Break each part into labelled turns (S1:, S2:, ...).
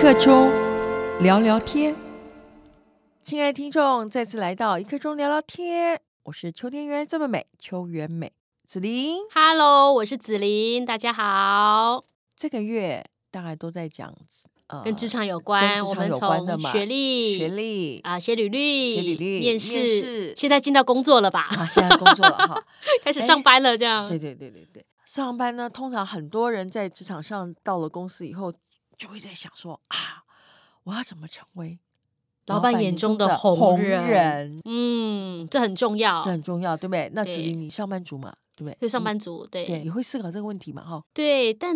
S1: 刻钟聊聊天。亲爱的听众，再次来到一刻钟聊聊天，我是秋天原来这么美，秋原美子琳。
S2: Hello，我是子琳，大家好。
S1: 这个月大概都在讲呃
S2: 跟职场有
S1: 跟
S2: 关，
S1: 职
S2: 我
S1: 场
S2: 们
S1: 有关的
S2: 从
S1: 嘛
S2: 学历、
S1: 学历
S2: 啊、写履历、
S1: 写履历
S2: 面试，
S1: 面试
S2: 现在进到工作了吧？
S1: 啊，现在工作了哈。
S2: 开始
S1: 哎
S2: 上班了，这样。
S1: 对对对对对，上班呢，通常很多人在职场上到了公司以后，就会在想说啊，我要怎么成为
S2: 老板眼中的
S1: 红
S2: 红人
S1: 人
S2: 嗯，这很重要
S1: 这。很重要，对不对？那
S2: 对
S1: 子琳，你上班族嘛，对不对？
S2: 对上
S1: 你
S2: 班族，对
S1: 对，你会思考这个问题嘛？哈，
S2: 对但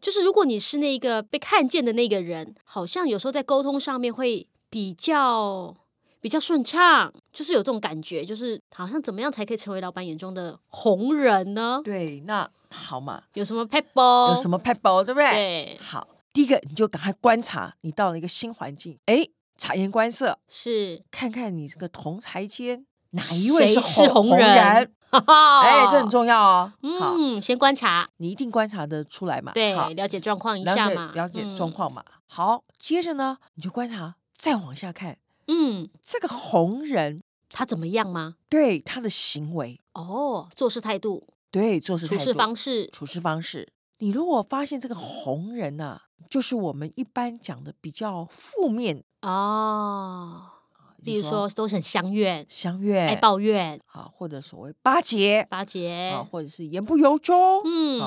S2: 就是如果你是那个被看见的那个人，好像有时候在沟通上面会比较比较顺畅，就是有这种感觉，就是好像怎么样才可以成为老板眼中的红人呢？
S1: 对，那好嘛，
S2: 有什么 p e b l
S1: 有什么 pebble，对不对？
S2: 对，
S1: 好，第一个你就赶快观察，你到了一个新环境，哎，察言观色，
S2: 是，
S1: 看看你这个同台间哪一位
S2: 谁是
S1: 红
S2: 红人
S1: 人？哎，这很
S2: 要。
S1: 重要哦。好，
S2: 哦嗯，先观察，
S1: 你一定观察得出来嘛？
S2: 对
S1: 好，
S2: 了解状况一
S1: 了
S2: 下
S1: 解
S2: 嘛，
S1: 了解
S2: 嗯
S1: 状。况嘛。好，接着呢，你就观察，再往下看
S2: 嗯，
S1: 这个红人
S2: 他怎么样吗？
S1: 对他的行为，
S2: 哦，做事态度、
S1: 对做事
S2: 处
S1: 态
S2: 事
S1: 度、
S2: 方式，
S1: 处事方式。你如果发现这个红人呐、就是我们一般讲的比较负面，
S2: 哦，例如说都是很相怨、
S1: 相怨、
S2: 爱抱怨、
S1: 啊，或者所谓巴结
S2: 巴
S1: 啊，
S2: 结，
S1: 或者是言不由衷，啊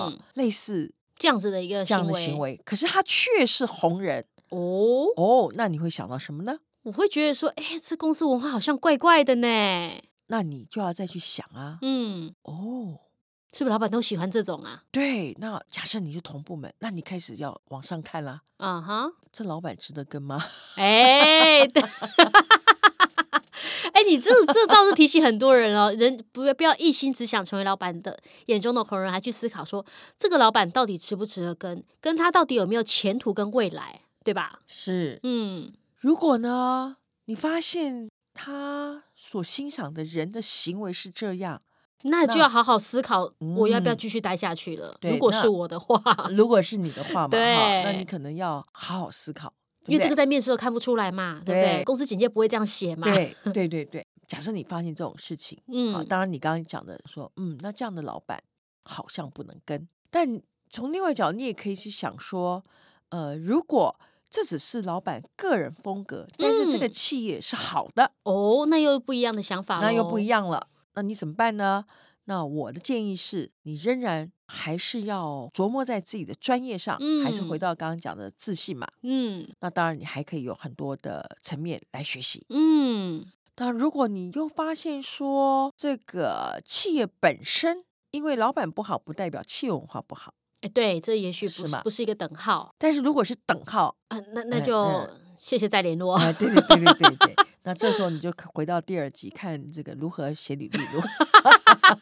S2: 嗯，，
S1: 类似
S2: 这样子的一个
S1: 这样
S2: 行
S1: 的
S2: 为。
S1: 行为。可是他却是红人
S2: 哦，
S1: 哦，那你会想到什么呢？
S2: 我会觉得说，哎，这公司文化好像怪怪的呢。
S1: 那你就要再去想啊，
S2: 嗯，
S1: 哦，
S2: 是不是老板都喜欢这种啊？
S1: 对，那假设你是同部门，那你开始要往上看啦。
S2: 啊哈，
S1: 这老板值得跟吗？
S2: 哎，对，哎，你这这倒是提醒很多人哦，人不要不要一心只想成为老板的眼中的红人，还去思考说这个老板到底值不值得跟，跟他到底有没有前途跟未来，对吧？
S1: 是，
S2: 嗯，
S1: 如果呢，你发现他所欣赏的人的行为是这样，
S2: 那就
S1: 那
S2: 要好好思考，我要不要
S1: 嗯
S2: 继续待下去了？
S1: 对
S2: 如果
S1: 那嗯
S2: 是我的话，
S1: 如果是你的话嘛，哈，
S2: 啊对
S1: 那你可能要好好思考，
S2: 因为这
S1: 对不
S2: 个在面试都看不出来嘛，对不
S1: 对
S2: 对？公司简介不会这样写嘛，，
S1: 对对对对对。假设你发现这种事情，啊，
S2: 嗯，
S1: 当然你刚刚讲的说，嗯，那这样的老板好像不能跟，但从另外角度你也可以去想说，呃，如果这只是老板个人风格，但是这个
S2: 嗯
S1: 企业是好的，
S2: 哦，那又不一样的想法，
S1: 那又不一
S2: 样，
S1: 样了，那你怎么办呢？那我的建议是，你仍然还是要琢磨在自己的专业上，还是回
S2: 嗯
S1: 到刚刚讲的自信嘛。
S2: 嗯
S1: 那当然，你还可以有很多的层面来学习。
S2: 嗯，
S1: 那如果你又发现说这个企业本身，因为老板不好，不代表企业文化不好。
S2: 哎，对，这也许
S1: 是
S2: 不是
S1: 吗
S2: 不是一个等号。
S1: 但是如果是等号，
S2: 啊，那那
S1: 嗯
S2: 就
S1: 嗯
S2: 谢谢再联络。
S1: 啊、对对对对对对，那这时候你就可回到第二集看这个如何写履历，如何？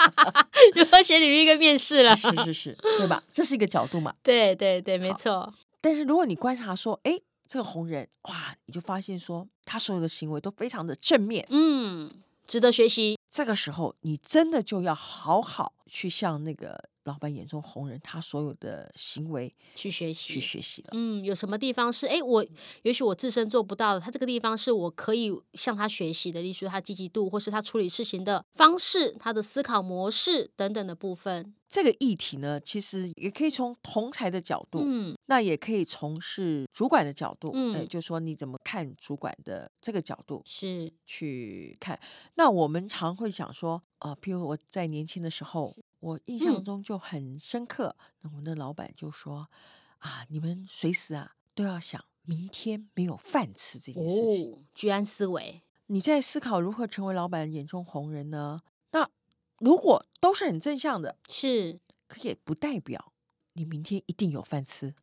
S2: 如何写履历跟面试了
S1: 是是是，对吧？这是一个角度嘛。
S2: 对对对，没错。
S1: 但是如果你观察说，哎，这个红人哇，你就发现说他所有的行为都非常的正面，
S2: 嗯，值得学习。
S1: 这个时候你真的就要好好去向那个老板眼中红人他所有的行为
S2: 去学
S1: 去
S2: 习。
S1: 学习了。
S2: 嗯，有什么地方是哎，诶我也许我自身做不到的，他这个地方是我可以向他学习的，例如他积极度，或是他处理事情的方式、他的思考模式等等的部分。
S1: 这个议题呢，其实也可以从同才的角度，
S2: 嗯
S1: 那也可以从是主管的角度，嗯、
S2: 嗯
S1: 就说你怎么看主管的这个角度
S2: 是，
S1: 去看。那我们常会想说，啊、譬如我在年轻的时候，我印象
S2: 嗯
S1: 中就很深刻，那我们的老板就说，啊，你们随时啊都要想明天没有饭吃这件事情。
S2: 哦，居安思危。
S1: 你在思考如何成为老板眼中红人呢？那如果都是很正向的，
S2: 是，
S1: 可也不代表你明天一定有饭 吃。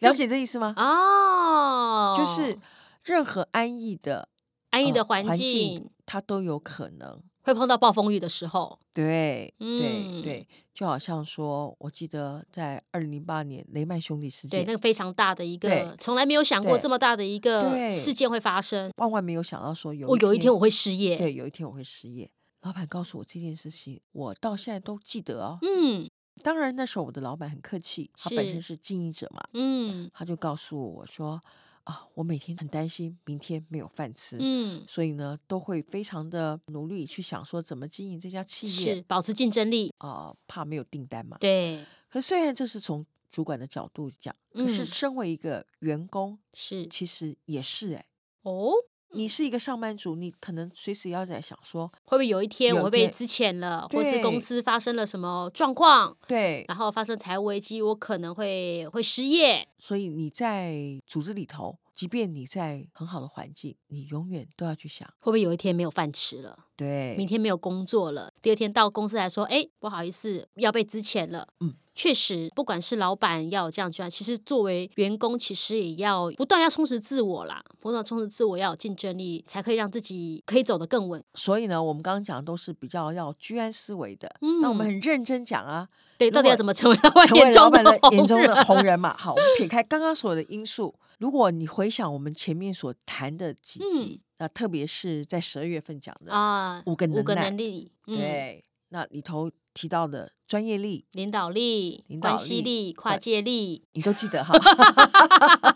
S1: 了解这意思吗？
S2: 哦，
S1: 就是任何安逸的
S2: 安逸
S1: 呃
S2: 的环境,、
S1: 它都有可能。
S2: 会碰到暴风雨的时候。
S1: 对对
S2: 嗯
S1: 对，就好像说，我记得在二零零八年雷曼兄弟事
S2: 对，
S1: 件
S2: 那，个非常大的一
S1: 对
S2: 个，从来没有想过
S1: 对
S2: 这么大的一
S1: 对
S2: 个事件会发生。
S1: 万万没有想到说有
S2: 我哦有一天我
S1: 会
S2: 会失业。
S1: 对有一天我会失业。老板告诉我这件事情，我到现在都记得哦。
S2: 嗯，
S1: 当然那时候我的老板很客气，他本
S2: 是
S1: 身是经营者嘛，
S2: 嗯
S1: 他就告诉我说啊，我每天很担心明天没有饭吃，
S2: 嗯，
S1: 所以呢都会非常的努力去想说怎么经营这家企业
S2: 是保持竞争力，
S1: 啊、怕没有订单嘛。
S2: 对，
S1: 可虽然这是从主管的角度讲，可是
S2: 嗯
S1: 身为一个员工，
S2: 是
S1: 其实也是哎、
S2: 哦，
S1: 你是一个上班族，你可能随时要在想说，
S2: 会不会有一天
S1: 有
S2: 我会被
S1: 对
S2: 资遣了，或是
S1: 对
S2: 公司发生了什么状况，
S1: 对，
S2: 然后发生财务危机，我可能会会失业，
S1: 所以你在组织里头，即便你在很好的环境，你永远都要去想，
S2: 会不会有一天没有饭吃了，明
S1: 对，
S2: 天没有工作了，第二天到公司来说，哎，不好意思，要被资遣了。
S1: 嗯，
S2: 确实，不管是老板要有这样去，其实作为员工，其实也要不断要充实自我啦，不断充实自我，要有竞争力，才可以让自己可以走得更稳。
S1: 所以呢，我们刚刚讲的都是比较要居安思危的，那我们
S2: 嗯
S1: 很认真讲啊，
S2: 对，
S1: 如
S2: 到底要
S1: 果
S2: 怎么成为老板
S1: 成为
S2: 眼
S1: 老
S2: 中
S1: 板
S2: 的
S1: 的
S2: 红
S1: 眼中的
S2: 人？
S1: 红人嘛。好，我们撇开刚刚所有的因素，如果你回想我们前面所谈的几
S2: 嗯
S1: 集，那、特别是在十二月份讲的、
S2: 啊，
S1: 五个能
S2: 五个
S1: 耐
S2: 能力，嗯，
S1: 对，那里头提到的专业力，
S2: 领导力、
S1: 领导
S2: 关系
S1: 力
S2: 力、跨
S1: 管
S2: 界力，
S1: 你都记得 哈。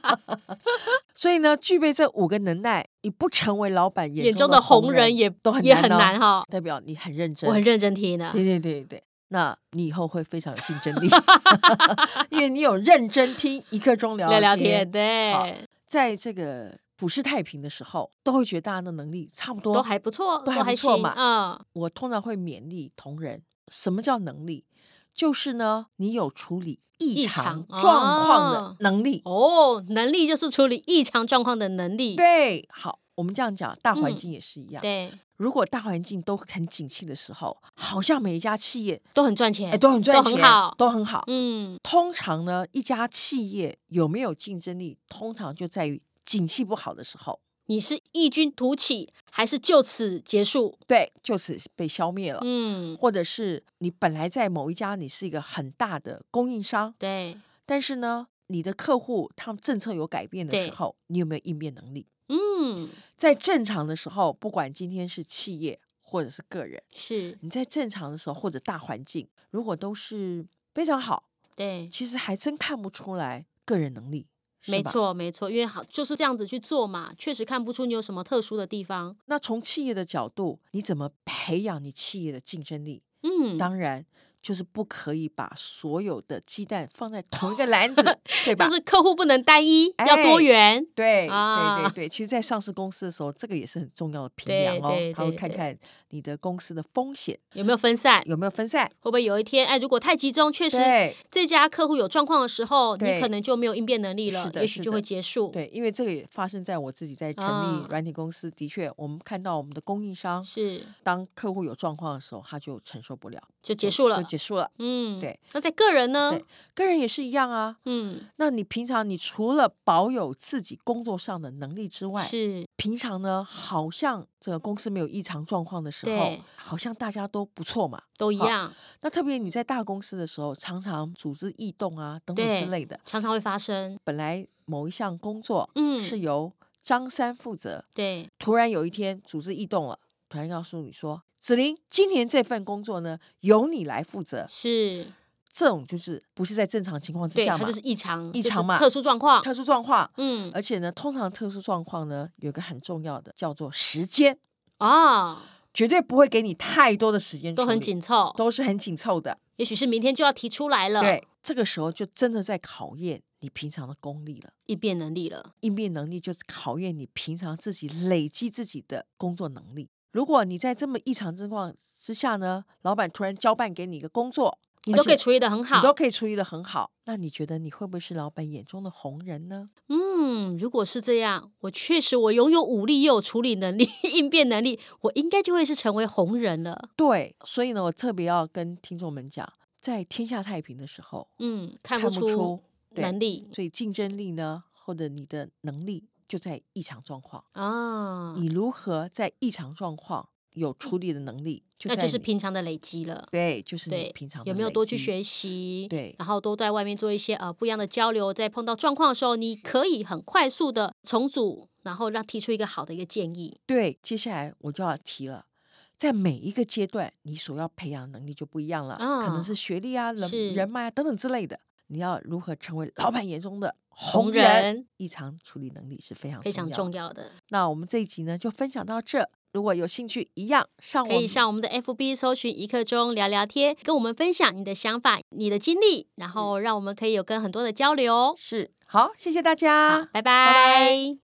S1: 所以呢，具备这五个能耐，你不成为老板
S2: 眼
S1: 中
S2: 中的
S1: 红
S2: 红人也
S1: 都很
S2: 也
S1: 难
S2: 很
S1: 哦
S2: 难哈。
S1: 代表你很认真。
S2: 我很认真听的，
S1: 对对对对，那你以后会非常有竞 争力，因为你有认真听一刻钟聊
S2: 聊聊
S1: 天
S2: 天，。对
S1: 好，在这个普世太平的时候，都会觉得大家的能力差不多。
S2: 都还不错，
S1: 都还不错
S2: 行
S1: 嘛
S2: 嗯。
S1: 我通常会勉励同仁，什么叫能力？就是呢，你有处理异
S2: 异
S1: 常
S2: 常
S1: 状况的
S2: 哦
S1: 能力。
S2: 哦，能力就是处理异常状况的能力。
S1: 对，好，我们这样讲，大环
S2: 嗯
S1: 境也是一样。
S2: 对
S1: 如果大环境都很景气的时候，好像每一家企业
S2: 都很赚钱，
S1: 哎都很赚钱，
S2: 都很好。
S1: 都很好。
S2: 嗯，
S1: 通常呢，一家企业有没有竞争力，通常就在于景气不好的时候，
S2: 你是异军突起，还是就此结束？
S1: 对，就此被消灭了。
S2: 嗯，
S1: 或者是你本来在某一家你是一个很大的供应商，
S2: 对，
S1: 但是呢，你的客户他们政策有改变的时
S2: 对
S1: 候，你有没有应变能力？
S2: 嗯，
S1: 在正常的时候，不管今天是企业或者是个人，
S2: 是
S1: 你在正常的时候或者大环境，如果都是非常好，
S2: 对，
S1: 其实还真看不出来个人能力。是
S2: 没
S1: 吧，
S2: 错，没错，因为好就是这样子去做嘛，确实看不出你有什么特殊的地方。
S1: 那从企业的角度，你怎么培养你企业的竞争力？
S2: 嗯，
S1: 当然，就是不可以把所有的鸡蛋放在同一个篮子， 对吧？
S2: 就是客户不能单一，要多
S1: 哎
S2: 元。
S1: 对对
S2: 啊
S1: 对对，其实，在上市公司的时候，这个也是很重要的评
S2: 对
S1: 量哦
S2: 对。
S1: 他会
S2: 对
S1: 看
S2: 对
S1: 看你的公司的风险
S2: 有没有分散？
S1: 有没有分散。
S2: 会不会有一天，哎，如果太集中，确实
S1: 对
S2: 这家客户有状况的时候，你
S1: 对
S2: 可能就没有应变能力
S1: 是
S2: 了，
S1: 的
S2: 也
S1: 是
S2: 许就
S1: 的
S2: 会结束。
S1: 对，因为这个也发生在我自己在成立
S2: 啊
S1: 软体公司，的确，我们看到我们的供应商，
S2: 是
S1: 当客户有状况的时候，他就承受不了，
S2: 就结束了
S1: 就。结束了。
S2: 嗯，
S1: 对。
S2: 那在个人呢
S1: 对？个人也是一样啊。
S2: 嗯，
S1: 那你平常你除了保有自己工作上的能力之外，
S2: 是
S1: 平常呢，好像这个公司没有异常状况的时候
S2: 对，
S1: 好像大家都不错嘛。
S2: 都一
S1: 好
S2: 样，
S1: 那特别你在大公司的时候，常常组织异动啊等等之
S2: 对
S1: 类的。
S2: 常常会发生。
S1: 本来某一项工作
S2: 嗯
S1: 是由张三负责，
S2: 对，
S1: 突然有一天组织异动了，突然告诉你说：“子玲，今年这份工作呢由你来负责。
S2: 是，”
S1: 这种就是不是在正常情况之
S2: 对，
S1: 下
S2: 它
S1: 嘛
S2: 就？是异常，
S1: 异
S2: 就是
S1: 常嘛
S2: 特殊状况。
S1: 特殊状况，
S2: 嗯
S1: 而且呢，通常特殊状况呢有一个很重要的叫做时间，
S2: 啊，
S1: 绝对不会给你太多的时间，
S2: 都很，紧凑，
S1: 都是很紧凑的。
S2: 也许是明天就要提出来了，
S1: 对，这个时候就真的在考验你平常的功力了。
S2: 应变能力了。
S1: 应变能力就是考验你平常自己累积自己的工作能力。如果你在这么异常情况之下呢，老板突然交办给你一个工作，
S2: 你
S1: 而
S2: 都可以
S1: 且
S2: 处理的很好
S1: 你，都可以处理的很好，那你觉得你会不会是老板眼中的红人呢？
S2: 嗯，如果是这样，我确实我拥有武力，又有处理能力、应变能力，我应该就会是成为红人了。
S1: 对，所以呢，我特别要跟听众们讲，在天下太平的时候，
S2: 嗯，看
S1: 看
S2: 不
S1: 不
S2: 出
S1: 对
S2: 能力
S1: 所以竞争力呢，或者你的能力就在异常状况，
S2: 啊，
S1: 你如何在异常状况有处理的能力，就
S2: 那
S1: 在
S2: 就是
S1: 你
S2: 平常的累积了。
S1: 对，就是你
S2: 对
S1: 平常，的
S2: 有没有
S1: 累
S2: 多去
S1: 积
S2: 学习？
S1: 对
S2: 然后多在外面做一些呃不一样的交流，在碰到状况的时候，你可以很快速的重组，然后让提出一个好的一个建议。
S1: 对，接下来我就要提了，在每一个阶段，你所要培养的能力就不一样了，可能
S2: 啊
S1: 是学历啊、
S2: 是
S1: 人人脉啊等等之类的。你要如何成为老板眼中的红
S2: 红
S1: 人？
S2: 人
S1: 异常处理能力是非常
S2: 非常
S1: 要
S2: 重
S1: 的。
S2: 要的，
S1: 那我们这一集呢，就分享到这。如果有兴趣，一样上我
S2: 可以
S1: 们
S2: 上我们的 FB 搜寻一刻钟聊聊天，跟我们分享你的想法、你的经历，然后让我们可以有跟很多的交流。
S1: 是好，谢谢大家，
S2: 好，拜
S1: 啊拜
S2: 拜